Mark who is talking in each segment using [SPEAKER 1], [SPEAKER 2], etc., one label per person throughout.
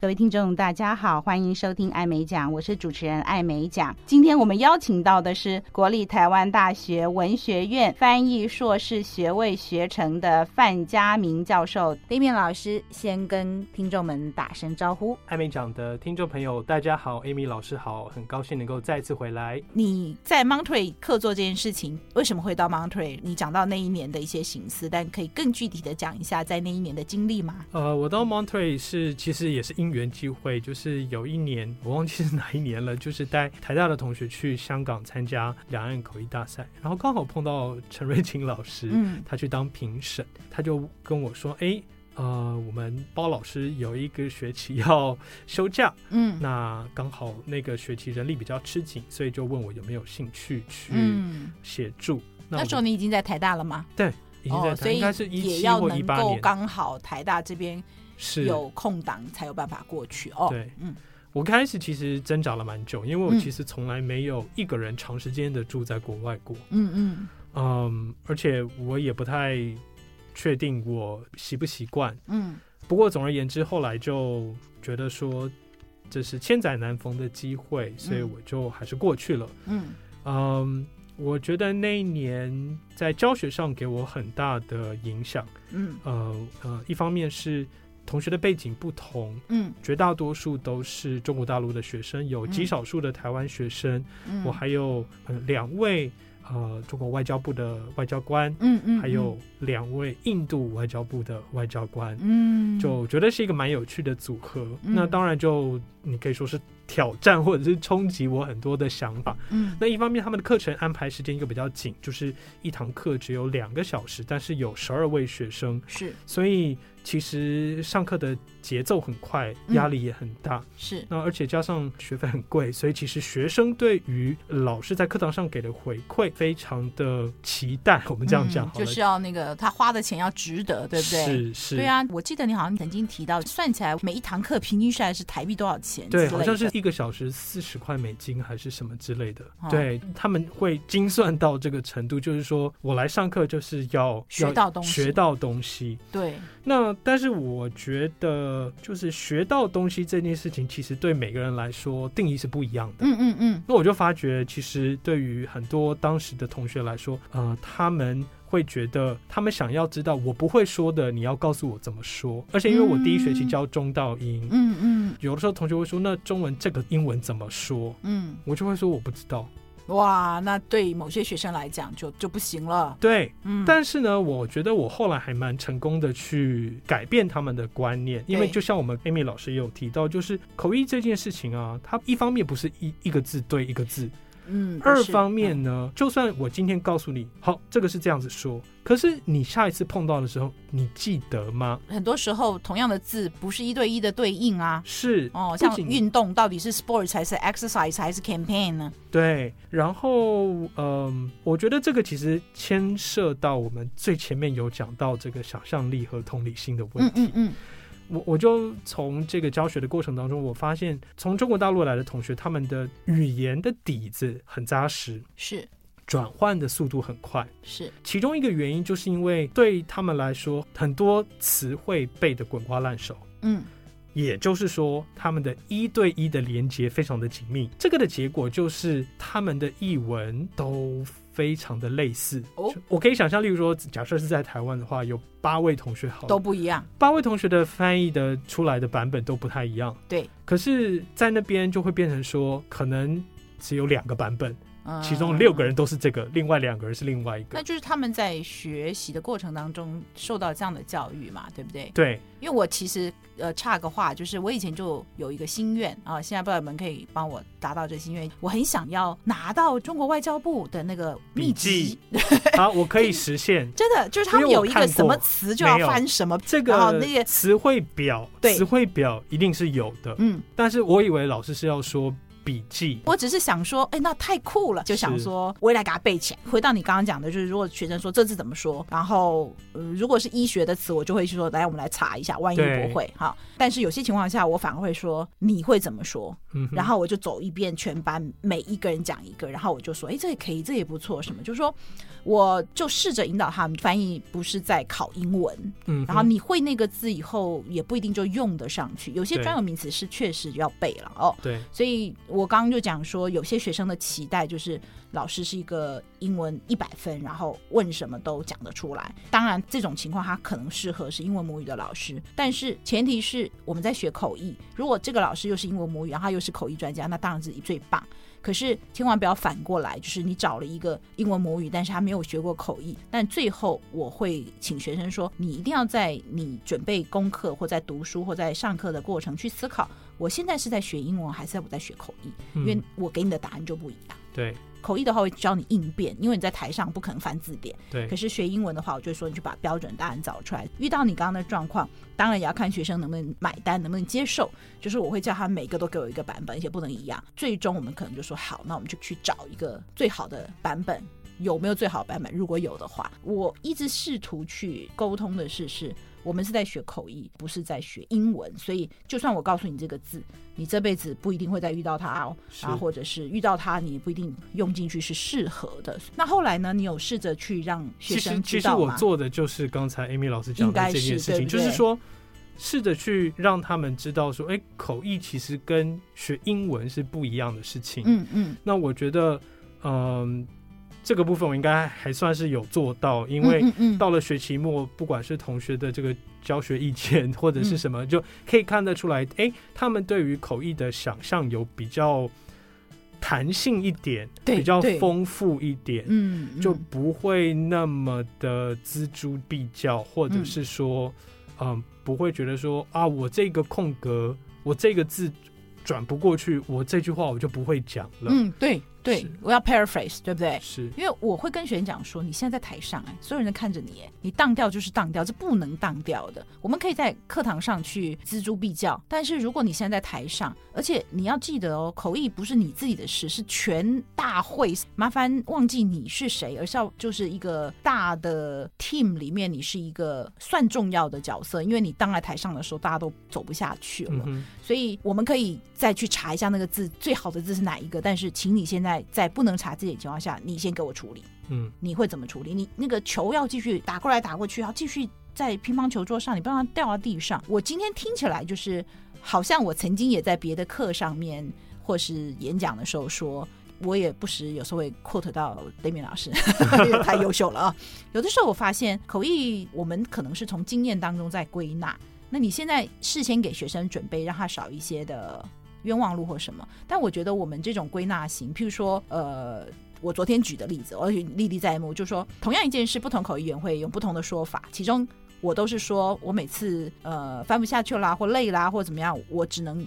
[SPEAKER 1] 各位听众，大家好，欢迎收听艾美奖，我是主持人艾美奖。今天我们邀请到的是国立台湾大学文学院翻译硕士学位学成的范家明教授。
[SPEAKER 2] 对面老师先跟听众们打声招呼。
[SPEAKER 3] 艾美奖的听众朋友，大家好，Amy 老师好，很高兴能够再次回来。
[SPEAKER 4] 你在 Monterey 客座这件事情，为什么会到 Monterey？你讲到那一年的一些形思，但可以更具体的讲一下在那一年的经历吗？
[SPEAKER 3] 呃，我到 Monterey 是其实也是因缘际会，就是有一年我忘记是哪一年了，就是带台大的同学去香港参加两岸口译大赛，然后刚好碰到陈瑞琴老师，
[SPEAKER 4] 嗯，
[SPEAKER 3] 他去当评审，他就跟我说：“诶，呃，我们包老师有一个学期要休假，
[SPEAKER 4] 嗯
[SPEAKER 3] 那刚好那个学期人力比较吃紧，所以就问我有没有兴趣去
[SPEAKER 4] 嗯，
[SPEAKER 3] 协助。那我
[SPEAKER 4] 那时候你已经在台大了吗？
[SPEAKER 3] 已经在
[SPEAKER 4] 哦，
[SPEAKER 3] 谈，
[SPEAKER 4] 所以
[SPEAKER 3] 应该是一
[SPEAKER 4] 也
[SPEAKER 3] 七
[SPEAKER 4] 要
[SPEAKER 3] 或一
[SPEAKER 4] 能
[SPEAKER 3] 八
[SPEAKER 4] 够
[SPEAKER 3] 年，
[SPEAKER 4] 刚好台大这边
[SPEAKER 3] 是
[SPEAKER 4] 有空档才有办法过去哦。
[SPEAKER 3] 对
[SPEAKER 4] 嗯
[SPEAKER 3] 我开始其实挣扎了蛮久，因为我
[SPEAKER 4] 嗯
[SPEAKER 3] 其实从来没有一个人长时间的住在国外过，
[SPEAKER 4] 嗯嗯
[SPEAKER 3] 嗯，而且我也不太确定我习不习惯。
[SPEAKER 4] 嗯，
[SPEAKER 3] 不过总而言之，后来就觉得说这是千载难逢的机会，所以
[SPEAKER 4] 嗯
[SPEAKER 3] 我就还是过去了。
[SPEAKER 4] 嗯
[SPEAKER 3] 嗯，我觉得那一年在教学上给我很大的影响。
[SPEAKER 4] 嗯
[SPEAKER 3] 呃呃，一方面是同学的背景不同，
[SPEAKER 4] 嗯
[SPEAKER 3] 绝大多数都是中国大陆的学生，有极
[SPEAKER 4] 嗯
[SPEAKER 3] 少数的台湾学生。
[SPEAKER 4] 嗯，
[SPEAKER 3] 我还有呃两位呃中国外交部的外交官，
[SPEAKER 4] 嗯嗯，
[SPEAKER 3] 还有两位印度外交部的外交官，
[SPEAKER 4] 嗯，
[SPEAKER 3] 就觉得是一个蛮有趣的组合。
[SPEAKER 4] 嗯
[SPEAKER 3] 那当然就你可以说是挑战或者是冲击我很多的想法。
[SPEAKER 4] 嗯
[SPEAKER 3] 那一方面他们的课程安排时间又比较紧，就是一堂课只有两个小时，但是有十二位学生，
[SPEAKER 4] 是
[SPEAKER 3] 所以其实上课的节奏很快，
[SPEAKER 4] 嗯
[SPEAKER 3] 压力也很大。
[SPEAKER 4] 是
[SPEAKER 3] 那而且加上学费很贵，所以其实学生对于老师在课堂上给的回馈非常的期待。我们这样讲
[SPEAKER 4] 嗯
[SPEAKER 3] 好了，
[SPEAKER 4] 就是要那个他花的钱要值得，对不对？
[SPEAKER 3] 是是，
[SPEAKER 4] 对，啊，我记得你好像曾经提到，算起来每一堂课平均下来是台币多少钱之类
[SPEAKER 3] 对，
[SPEAKER 4] 的？
[SPEAKER 3] 好像是一个小时四十块美金还是什么之类的。
[SPEAKER 4] 哦
[SPEAKER 3] 对他们会精算到这个程度，就是说我来上课就是要
[SPEAKER 4] 学
[SPEAKER 3] 要
[SPEAKER 4] 到东西
[SPEAKER 3] 学到东西。
[SPEAKER 4] 对，
[SPEAKER 3] 那但是我觉得，就是学到东西这件事情，其实对每个人来说定义是不一样的。
[SPEAKER 4] 嗯嗯嗯，
[SPEAKER 3] 那我就发觉，其实对于很多当时的同学来说，呃，他们会觉得他们想要知道我不会说的，你要告诉我怎么说。而且因为我第一学期教中道英，
[SPEAKER 4] 嗯嗯
[SPEAKER 3] 有的时候同学会说，那中文这个英文怎么说？
[SPEAKER 4] 嗯，
[SPEAKER 3] 我就会说我不知道。
[SPEAKER 4] 哇，那对某些学生来讲就就不行了。
[SPEAKER 3] 对，
[SPEAKER 4] 嗯，
[SPEAKER 3] 但是呢，我觉得我后来还蛮成功的去改变他们的观念，因为
[SPEAKER 4] 对
[SPEAKER 3] 就像我们 Amy 老师也有提到，就是口译这件事情啊，它一方面不是一一个字对一个字，
[SPEAKER 4] 嗯，不
[SPEAKER 3] 二
[SPEAKER 4] 是嗯
[SPEAKER 3] 方面，呢，就算我今天告诉你，好，这个是这样子说，可是你下一次碰到的时候，你记得吗？
[SPEAKER 4] 嗯很多时候同样的字不是一对一的对应啊。
[SPEAKER 3] 是
[SPEAKER 4] 哦，
[SPEAKER 3] 不
[SPEAKER 4] 像
[SPEAKER 3] 仅
[SPEAKER 4] 运动到底是 sports 还是 exercise 还是 campaign 呢？
[SPEAKER 3] 对，然后嗯、我觉得这个其实牵涉到我们最前面有讲到这个想象力和同理心的问
[SPEAKER 4] 嗯
[SPEAKER 3] 题。
[SPEAKER 4] 嗯嗯，
[SPEAKER 3] 我我就从这个教学的过程当中，我发现从中国大陆来的同学，他们的语言的底子很扎实，
[SPEAKER 4] 是
[SPEAKER 3] 转换的速度很快。
[SPEAKER 4] 是，
[SPEAKER 3] 其中一个原因就是因为对他们来说，很多词汇背得滚瓜烂熟，
[SPEAKER 4] 嗯
[SPEAKER 3] 也就是说，他们的一对一的连接非常的紧密。这个的结果就是他们的译文都非常的类似。
[SPEAKER 4] 哦
[SPEAKER 3] 就我可以想象，例如说，假设是在台湾的话，有八位同学好了，
[SPEAKER 4] 都不一样。
[SPEAKER 3] 八位同学的翻译的出来的版本都不太一样。
[SPEAKER 4] 对，
[SPEAKER 3] 可是，在那边就会变成说，可能只有两个版本，
[SPEAKER 4] 嗯
[SPEAKER 3] 其中六个人都是这个，另外两个人是另外一
[SPEAKER 4] 那
[SPEAKER 3] 个。
[SPEAKER 4] 就是他们在学习的过程当中受到这样的教育嘛，对不对？
[SPEAKER 3] 对，
[SPEAKER 4] 因为我其实呃差个话，就是我以前就有一个心愿啊，现在不知道你们可以帮我达到这心愿。我很想要拿到中国外交部的那个秘
[SPEAKER 3] 笔
[SPEAKER 4] 籍
[SPEAKER 3] 记， 好，我可以实现
[SPEAKER 4] 真的就是他们
[SPEAKER 3] 因为我
[SPEAKER 4] 有一
[SPEAKER 3] 看
[SPEAKER 4] 个
[SPEAKER 3] 过
[SPEAKER 4] 什么词就要翻什么，
[SPEAKER 3] 这
[SPEAKER 4] 然后
[SPEAKER 3] 个
[SPEAKER 4] 那个
[SPEAKER 3] 词汇表，
[SPEAKER 4] 对
[SPEAKER 3] 词汇表一定是有的。
[SPEAKER 4] 嗯
[SPEAKER 3] 但是我以为老师是要说笔记。
[SPEAKER 4] 我只是想说，哎，那太酷了，就想说我也来给它背起来。回到你刚刚讲的，就是如果学生说这字怎么说，然后、呃、如果是医学的词，我就会说，来，我们来查一下，万一
[SPEAKER 3] 对
[SPEAKER 4] 不会哈。但是有些情况下，我反而会说你会怎么说，
[SPEAKER 3] 嗯哼，
[SPEAKER 4] 然后我就走一遍全班每一个人讲一个，然后我就说，哎，这也可以，这也不错，什么，就是说，我就试着引导他们翻译，不是在考英文，
[SPEAKER 3] 嗯哼，
[SPEAKER 4] 然后你会那个字以后也不一定就用得上去，有些
[SPEAKER 3] 对
[SPEAKER 4] 专有名词是确实要背了哦。
[SPEAKER 3] 对
[SPEAKER 4] 所以我刚刚就讲说，有些学生的期待就是老师是一个英文一百分，然后问什么都讲得出来。当然，这种情况他可能适合是英文母语的老师，但是前提是我们在学口译。如果这个老师又是英文母语，然后他又是口译专家，那当然是最棒。可是千万不要反过来，就是你找了一个英文母语，但是他没有学过口译。但最后我会请学生说，你一定要在你准备功课或在读书或在上课的过程去思考，我现在是在学英文还是我在学口译？因为
[SPEAKER 3] 嗯
[SPEAKER 4] 我给你的答案就不一样。
[SPEAKER 3] 对
[SPEAKER 4] 口译的话会教你应变，因为你在台上不可能翻字典。可
[SPEAKER 3] 对
[SPEAKER 4] 是学英文的话，我就说你去把标准答案找出来。遇到你刚刚的状况，当然也要看学生能不能买单，能不能接受。就是我会叫他每个都给我一个版本，而且不能一样。最终我们可能就说好，那我们就去找一个最好的版本。有没有最好的版本？如果有的话，我一直试图去沟通的是，是我们是在学口译，不是在学英文。所以，就算我告诉你这个字，你这辈子不一定会再遇到它哦。
[SPEAKER 3] 是
[SPEAKER 4] 啊，或者是遇到它，你也不一定用进去是适合的。那后来呢？你有试着去让学
[SPEAKER 3] 其实
[SPEAKER 4] 生
[SPEAKER 3] 其
[SPEAKER 4] 知
[SPEAKER 3] 实
[SPEAKER 4] 道
[SPEAKER 3] 我
[SPEAKER 4] 吗？
[SPEAKER 3] 做的就是刚才 Amy 老师讲
[SPEAKER 4] 应
[SPEAKER 3] 的
[SPEAKER 4] 该
[SPEAKER 3] 这件
[SPEAKER 4] 是
[SPEAKER 3] 事
[SPEAKER 4] 对
[SPEAKER 3] 情，
[SPEAKER 4] 不
[SPEAKER 3] 就是
[SPEAKER 4] 对
[SPEAKER 3] 说。试着去让他们知道说，哎、口译其实跟学英文是不一样的事情。
[SPEAKER 4] 嗯嗯，
[SPEAKER 3] 那我觉得，嗯、这个部分我应该还算是有做到，因为
[SPEAKER 4] 嗯嗯嗯
[SPEAKER 3] 到了学期末，不管是同学的这个教学意见或者是什
[SPEAKER 4] 嗯
[SPEAKER 3] 么，就可以看得出来，诶，他们对于口译的想象有比较弹性一点，
[SPEAKER 4] 对
[SPEAKER 3] 比较
[SPEAKER 4] 对
[SPEAKER 3] 丰富一点，
[SPEAKER 4] 嗯嗯
[SPEAKER 3] 就不会那么的锱铢必较，或者是说，嗯、不会觉得说啊，我这个空格，我这个字转不过去，我这句话我就不会讲了。
[SPEAKER 4] 嗯对对
[SPEAKER 3] 是，
[SPEAKER 4] 我要 paraphrase，对不对？
[SPEAKER 3] 是，
[SPEAKER 4] 因为我会跟学员讲说，你现在在台上，哎，所有人都看着你，哎，你当掉就是当掉，这不能当掉的。我们可以在课堂上去锱铢必较，但是如果你现在在台上，而且你要记得哦，口译不是你自己的事，是全大会。麻烦忘记你是谁，而是要就是一个大的 team 里面，你是一个算重要的角色，因为你当在台上的时候，大家都走不下去了。
[SPEAKER 3] 嗯哼，
[SPEAKER 4] 所以我们可以再去查一下那个字最好的字是哪一个，但是请你现在在不能查字的情况下，你先给我处理，
[SPEAKER 3] 嗯，
[SPEAKER 4] 你会怎么处理？你那个球要继续打过来打过去，要继续在乒乓球桌上，你不让它掉到地上。我今天听起来就是，好像我曾经也在别的课上面或是演讲的时候说。我也不时有时候会 quote 到雷米老师， 因为太优秀了啊！有的时候我发现口译，我们可能是从经验当中在归纳，那你现在事先给学生准备，让他少一些的冤枉路或什么？但我觉得我们这种归纳型，譬如说，呃，我昨天举的例子，我举历历在目，就说同样一件事，不同口译员会用不同的说法，其中。我都是说，我每次呃翻不下去啦，或累啦，或怎么样，我只能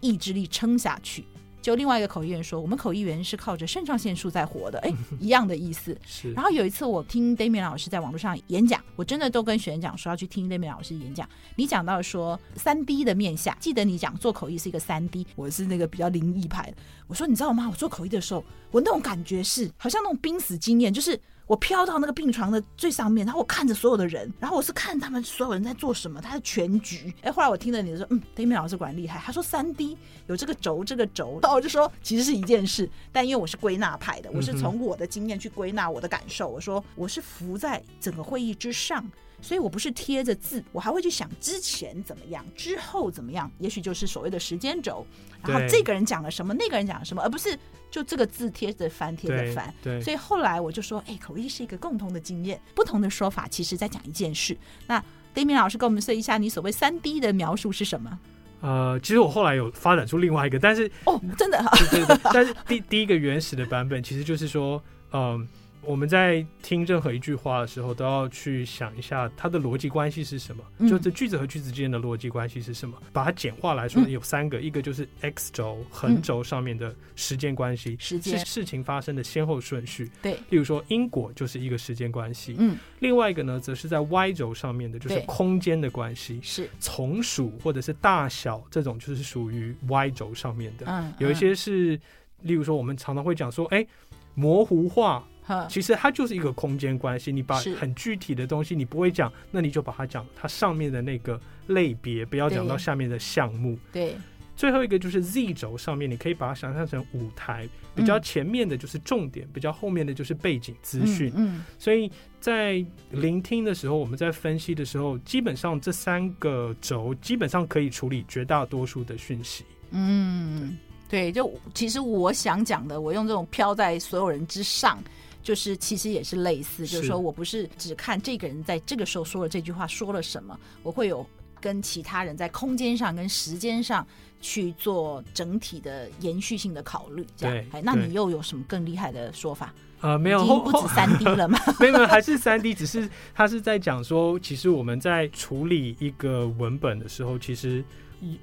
[SPEAKER 4] 意志力撑下去。就另外一个口译员说，我们口译员是靠着肾上腺素在活的，哎，一样的意思。
[SPEAKER 3] 是，
[SPEAKER 4] 然后有一次我听 Damian 老师在网络上演讲，我真的都跟学员讲说要去听 Damian 老师演讲。你讲到说三 D 的面相，记得你讲做口译是一个三 D，我是那个比较灵异派的。我说你知道吗？我做口译的时候，我那种感觉是好像那种濒死经验，就是。我飘到那个病床的最上面，然后我看着所有的人，然后我是看他们所有人在做什么，他的全局。哎，后来我听了你的说，嗯，Damian 老师果然厉害。他说三 D 有这个轴，这个轴，然后我就说其实是一件事，但因为我是归纳派的，我是
[SPEAKER 3] 嗯哼
[SPEAKER 4] 从从我的经验去归纳我的感受。我说我是浮在整个会议之上，所以我不是贴着字，我还会去想之前怎么样，之后怎么样，也许就是所谓的时间轴。然后
[SPEAKER 3] 对
[SPEAKER 4] 这个人讲了什么，那个人讲了什么，而不是就这个字贴着翻贴着
[SPEAKER 3] 对
[SPEAKER 4] 翻。
[SPEAKER 3] 对，
[SPEAKER 4] 所以后来我就说，哎，口译是一个共同的经验，不同的说法其实在讲一件事。那 Damian 老师跟我们说一下，你所谓三 D 的描述是什么？
[SPEAKER 3] 呃，其实我后来有发展出另外一个，但是
[SPEAKER 4] 哦，真的，
[SPEAKER 3] 对对对，但是第第一个原始的版本其实就是说，嗯、我们在听任何一句话的时候，都要去想一下它的逻辑关系是什么，
[SPEAKER 4] 嗯
[SPEAKER 3] 就这句子和句子之间的逻辑关系是什么。把它简化来说，
[SPEAKER 4] 嗯
[SPEAKER 3] 有三个，一个就是 x 轴横轴上面的时间关系，
[SPEAKER 4] 时
[SPEAKER 3] 是
[SPEAKER 4] 间
[SPEAKER 3] 事情发生的先后顺序。
[SPEAKER 4] 对，
[SPEAKER 3] 例如说因果就是一个时间关系，
[SPEAKER 4] 嗯，
[SPEAKER 3] 另外一个呢，则是在 y 轴上面的，就是
[SPEAKER 4] 对
[SPEAKER 3] 空间的关系。
[SPEAKER 4] 是，
[SPEAKER 3] 从属或者是大小这种，就是属于 y 轴上面的。
[SPEAKER 4] 嗯，
[SPEAKER 3] 有一些是，例如说我们常常会讲说，哎、模糊化，
[SPEAKER 4] 嗯，
[SPEAKER 3] 其实它就是一个空间关系。你把
[SPEAKER 4] 是
[SPEAKER 3] 很具体的东西你不会讲，那你就把它讲它上面的那个类别，不要讲
[SPEAKER 4] 对
[SPEAKER 3] 到下面的项目。
[SPEAKER 4] 对，
[SPEAKER 3] 最后一个就是 Z 轴上面，你可以把它想象成舞台，比较前面的就是重点，比较后面的就是背景资讯。
[SPEAKER 4] 嗯嗯，
[SPEAKER 3] 所以在聆听的时候，我们在分析的时候，基本上这三个轴基本上可以处理绝大多数的讯息。
[SPEAKER 4] 嗯，嗯对，就其实我想讲的，我用这种飘在所有人之上。就是其实也是类似，就是是说我不是只看这个人在这个时候说了这句话说了什么，我会有跟其他人在空间上跟时间上去做整体的延续性的考虑。这样
[SPEAKER 3] 对，
[SPEAKER 4] 哎，那
[SPEAKER 3] 对
[SPEAKER 4] 你又有什么更厉害的说法？
[SPEAKER 3] 啊，没
[SPEAKER 4] 已
[SPEAKER 3] 有
[SPEAKER 4] 经
[SPEAKER 3] 后
[SPEAKER 4] 不
[SPEAKER 3] 后
[SPEAKER 4] 止三 D 了嘛？
[SPEAKER 3] 没有没有，还是三 D，只是他是在讲说，其实我们在处理一个文本的时候，其实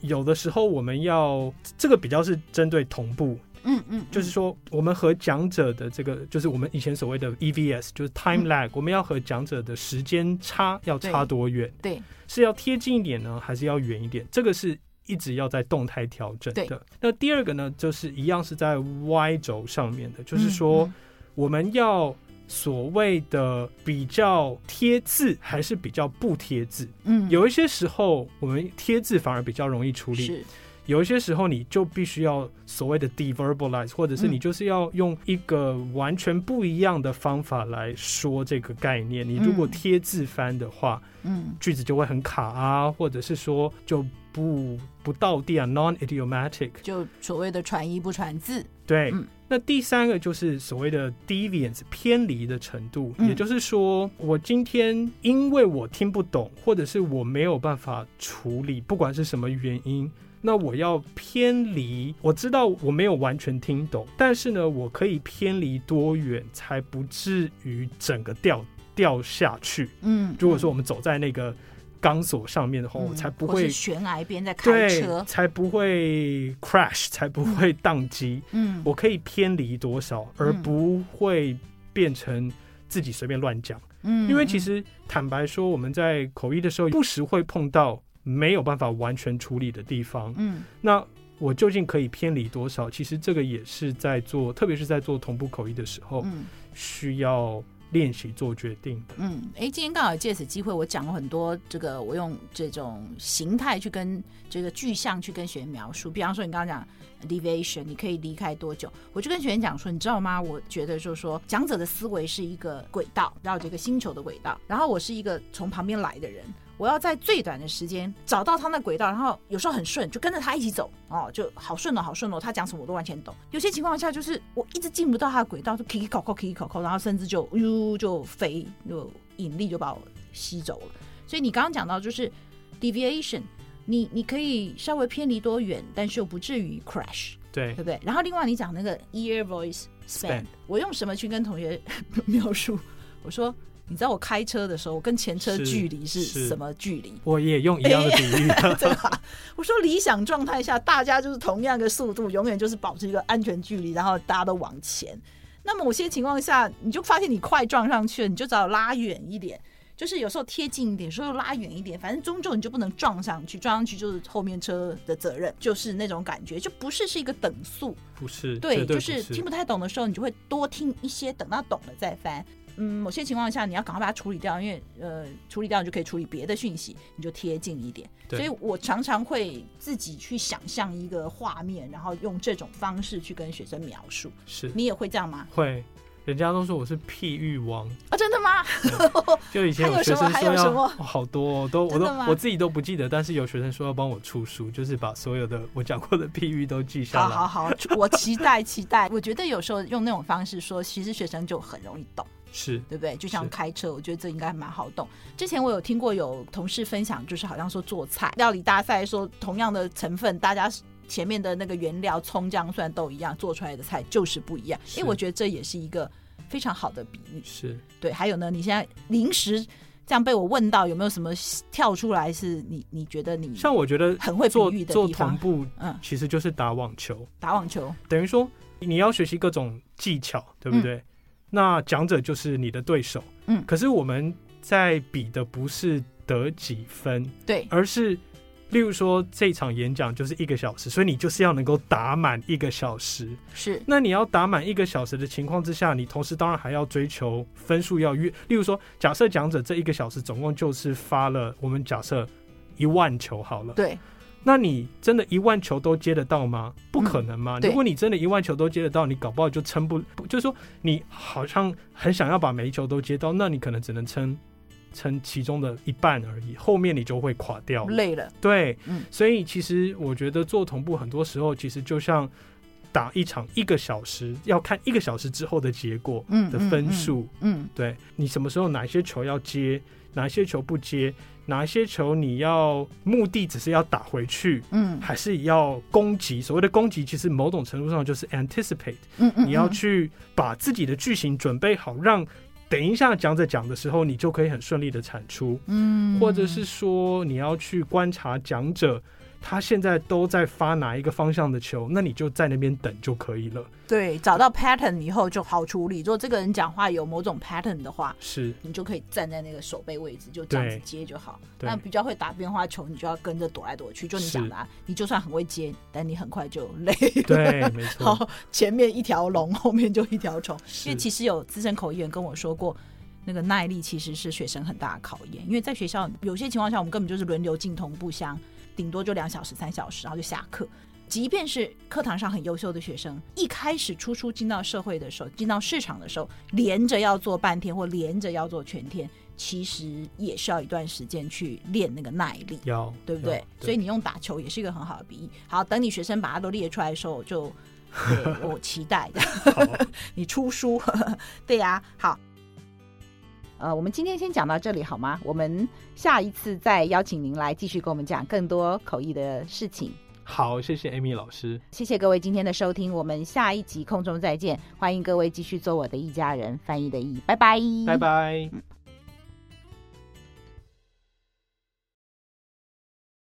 [SPEAKER 3] 有的时候我们要这个比较是针对同步，
[SPEAKER 4] 嗯嗯，
[SPEAKER 3] 就是说我们和讲者的这个，就是我们以前所谓的 EVS，就是 time lag，、我
[SPEAKER 4] 嗯
[SPEAKER 3] 们要和讲者的时间差要差多远？
[SPEAKER 4] 对，
[SPEAKER 3] 是要贴近一点呢，还是要远一点？这个是。一直要在动态调整
[SPEAKER 4] 对
[SPEAKER 3] 的。那第二个呢，就是一样是在 Y 轴上面的，就
[SPEAKER 4] 就是
[SPEAKER 3] 说，我们要所谓的比较贴字，还是比较不贴字？
[SPEAKER 4] 嗯，
[SPEAKER 3] 有一些时候我们贴字反而比较容易处理，
[SPEAKER 4] 是
[SPEAKER 3] 有一些时候你就必须要所谓的 deverbalize，或者是
[SPEAKER 4] 嗯
[SPEAKER 3] 你就是要用一个完全不一样的方法来说这个概念。你如果
[SPEAKER 4] 嗯
[SPEAKER 3] 贴字翻的话，
[SPEAKER 4] 嗯
[SPEAKER 3] 句子就会很卡啊，或者是说就不不到地啊，non idiomatic。
[SPEAKER 4] 就所谓的传一不传字，
[SPEAKER 3] 对，
[SPEAKER 4] 嗯
[SPEAKER 3] 那第三个就是所谓的 deviance 偏离的程度，
[SPEAKER 4] 嗯
[SPEAKER 3] 也就是说，我今天因为我听不懂，或者是我没有办法处理，不管是什么原因。那我要偏离，我知道我没有完全听懂，但是呢，我可以偏离多远，才不至于整个掉掉下去。
[SPEAKER 4] 嗯，
[SPEAKER 3] 如果说我们走在那个钢索上面的话，
[SPEAKER 4] 嗯
[SPEAKER 3] 我才不
[SPEAKER 4] 或
[SPEAKER 3] 会
[SPEAKER 4] 是悬崖边在开
[SPEAKER 3] 对，
[SPEAKER 4] 车，
[SPEAKER 3] 才不会 crash，才不会宕机。
[SPEAKER 4] 嗯，
[SPEAKER 3] 我可以偏离多少，而不会变成自己随便乱讲。
[SPEAKER 4] 嗯，
[SPEAKER 3] 因为其实坦白说，我们在口译的时候，不时会碰到没有办法完全处理的地方。
[SPEAKER 4] 嗯，
[SPEAKER 3] 那我究竟可以偏离多少？其实这个也是在做，特别是在做同步口译的时候，
[SPEAKER 4] 嗯
[SPEAKER 3] 需要练习做决定的。
[SPEAKER 4] 嗯，哎，今天刚好借此机会，我讲了很多这个，我用这种形态去跟这个具象去跟学员描述。比方说，你刚刚讲 deviation，你可以离开多久？我就跟学员讲说，你知道吗？我觉得就是说，讲者的思维是一个轨道，绕着一个星球的轨道，然后我是一个从旁边来的人。我要在最短的时间找到他那轨道，然后有时候很顺，就跟着他一起走哦，就好顺哦，好顺哦。他讲什么我都完全懂。有些情况下就是我一直进不到他的轨道，就 kiki 口口 kiki 口口，然后甚至就呦就飞，就引力就把我吸走了。所以你刚刚讲到就是 deviation，你你可以稍微偏离多远，但是又不至于 crash。
[SPEAKER 3] 对
[SPEAKER 4] 对不对？然后另外你讲那个 ear voice span，
[SPEAKER 3] Span
[SPEAKER 4] 我用什么去跟同学 描述？我说，你知道我开车的时候，我跟前车
[SPEAKER 3] 是
[SPEAKER 4] 距离是
[SPEAKER 3] 是
[SPEAKER 4] 什么距离？
[SPEAKER 3] 我也用一样的比喻，
[SPEAKER 4] 对吧？我说理想状态下，大家就是同样的速度，永远就是保持一个安全距离，然后大家都往前。那某些情况下，你就发现你快撞上去了，你就只好拉远一点。就是有时候贴近一点，有时候拉远一点，反正终究你就不能撞上去，撞上去就是后面车的责任，就是那种感觉，就不是是一个等速，
[SPEAKER 3] 不是？绝
[SPEAKER 4] 对，
[SPEAKER 3] 对
[SPEAKER 4] 就
[SPEAKER 3] 不
[SPEAKER 4] 是
[SPEAKER 3] 是
[SPEAKER 4] 听不太懂的时候，你就会多听一些，等到懂了再翻。嗯，某些情况下你要赶快把它处理掉，因为呃，处理掉你就可以处理别的讯息，你就贴近一点。
[SPEAKER 3] 对
[SPEAKER 4] 所以我常常会自己去想象一个画面，然后用这种方式去跟学生描述。
[SPEAKER 3] 是
[SPEAKER 4] 你也会这样吗？
[SPEAKER 3] 会。人家都说我是譬喻王，
[SPEAKER 4] 啊，真的吗？
[SPEAKER 3] 就以前
[SPEAKER 4] 还有
[SPEAKER 3] 学
[SPEAKER 4] 什么
[SPEAKER 3] 生
[SPEAKER 4] 还
[SPEAKER 3] 说
[SPEAKER 4] 有
[SPEAKER 3] 要
[SPEAKER 4] 什么
[SPEAKER 3] 哦好多、哦，都我
[SPEAKER 4] 真
[SPEAKER 3] 都
[SPEAKER 4] 的吗
[SPEAKER 3] 我自己都不记得，但是有学生说要帮我出书，就是把所有的我讲过的譬喻都记下
[SPEAKER 4] 好
[SPEAKER 3] 来。
[SPEAKER 4] 好好，我期待期待。我觉得有时候用那种方式说，其实学生就很容易懂。
[SPEAKER 3] 是
[SPEAKER 4] 对不对？就是像开车，我觉得这应该蛮好懂。之前我有听过有同事分享，就是好像说做菜料理大赛，说同样的成分，大家前面的那个原料葱姜蒜都一样，做出来的菜就是不一样。
[SPEAKER 3] 是
[SPEAKER 4] 因为我觉得这也是一个非常好的比喻。
[SPEAKER 3] 是
[SPEAKER 4] 对，还有呢，你现在临时这样被我问到，有没有什么跳出来是你你觉得你
[SPEAKER 3] 像我觉得
[SPEAKER 4] 很会比
[SPEAKER 3] 做
[SPEAKER 4] 喻的
[SPEAKER 3] 做
[SPEAKER 4] 地
[SPEAKER 3] 同
[SPEAKER 4] 方？
[SPEAKER 3] 步
[SPEAKER 4] 嗯，
[SPEAKER 3] 其实就是打网球，
[SPEAKER 4] 打网球，
[SPEAKER 3] 等于说你要学习各种技巧，对不对？那讲者就是你的对手，
[SPEAKER 4] 嗯
[SPEAKER 3] 可是我们在比的不是得几分，
[SPEAKER 4] 对
[SPEAKER 3] 而是例如说这场演讲就是一个小时，所以你就是要能够打满一个小时。
[SPEAKER 4] 是，
[SPEAKER 3] 那你要打满一个小时的情况之下，你同时当然还要追求分数要越，例如说，假设讲者这一个小时总共就是发了，我们假设一万球好了，
[SPEAKER 4] 对
[SPEAKER 3] 那你真的一万球都接得到吗？不可能嘛！
[SPEAKER 4] 对
[SPEAKER 3] 如果你真的一万球都接得到，你搞不好就撑不，不就是说你好像很想要把每一球都接到，那你可能只能撑撑其中的一半而已，后面你就会垮掉了。
[SPEAKER 4] 累了，
[SPEAKER 3] 对，
[SPEAKER 4] 嗯
[SPEAKER 3] 所以其实我觉得做同步很多时候其实就像打一场一个小时，要看一个小时之后的结果
[SPEAKER 4] 嗯
[SPEAKER 3] 的分，数。
[SPEAKER 4] 嗯嗯嗯
[SPEAKER 3] 对你什么时候哪些球要接，哪些球不接，哪些球你要目的只是要打回去。
[SPEAKER 4] 嗯
[SPEAKER 3] 还是要攻击，所谓的攻击，其实某种程度上就是 anticipate，、
[SPEAKER 4] 嗯嗯，
[SPEAKER 3] 你要
[SPEAKER 4] 嗯
[SPEAKER 3] 去把自己的剧情准备好，让等一下讲者讲的时候，你就可以很顺利的产出。
[SPEAKER 4] 嗯，
[SPEAKER 3] 或者是说你要去观察讲者他现在都在发哪一个方向的球，那你就在那边等就可以了。
[SPEAKER 4] 对找到 pattern 以后就好处理。如果这个人讲话有某种 pattern 的话，
[SPEAKER 3] 是，
[SPEAKER 4] 你就可以站在那个手背位置，就这样子
[SPEAKER 3] 对
[SPEAKER 4] 接就好。
[SPEAKER 3] 对
[SPEAKER 4] 那比较会打变化球，你就要跟着躲来躲去。就你讲的、啊，你就算很会接，但你很快就累 了。
[SPEAKER 3] 对，没
[SPEAKER 4] 好
[SPEAKER 3] 错，，
[SPEAKER 4] 前面一条龙，后面就一条虫。因
[SPEAKER 3] 是
[SPEAKER 4] 为其实有资深口译员跟我说过，那个耐力其实是学生很大的考验。因为在学校有些情况下，我们根本就是轮流进同步箱，顶多就两小时、三小时，然后就下课。即便是课堂上很优秀的学生，一开始初初进到社会的时候，进到市场的时候，连着要做半天或连着要做全天，其实也需要一段时间去练那个耐力。
[SPEAKER 3] 要
[SPEAKER 4] 对不对？所以你用打球也是一个很好的比喻。好，等你学生把它都列出来的时候，我就对我期待的
[SPEAKER 3] 以好，
[SPEAKER 4] 你出书。对呀、好，
[SPEAKER 2] 呃，我们今天先讲到这里好吗？我们下一次再邀请您来继续跟我们讲更多口译的事情。
[SPEAKER 3] 好，谢谢 Amy 老师，
[SPEAKER 2] 谢谢各位今天的收听，我们下
[SPEAKER 4] 嗯
[SPEAKER 2] 一集空中再见，欢迎各位继续做我的一家人翻译的译，拜拜，
[SPEAKER 3] 拜拜。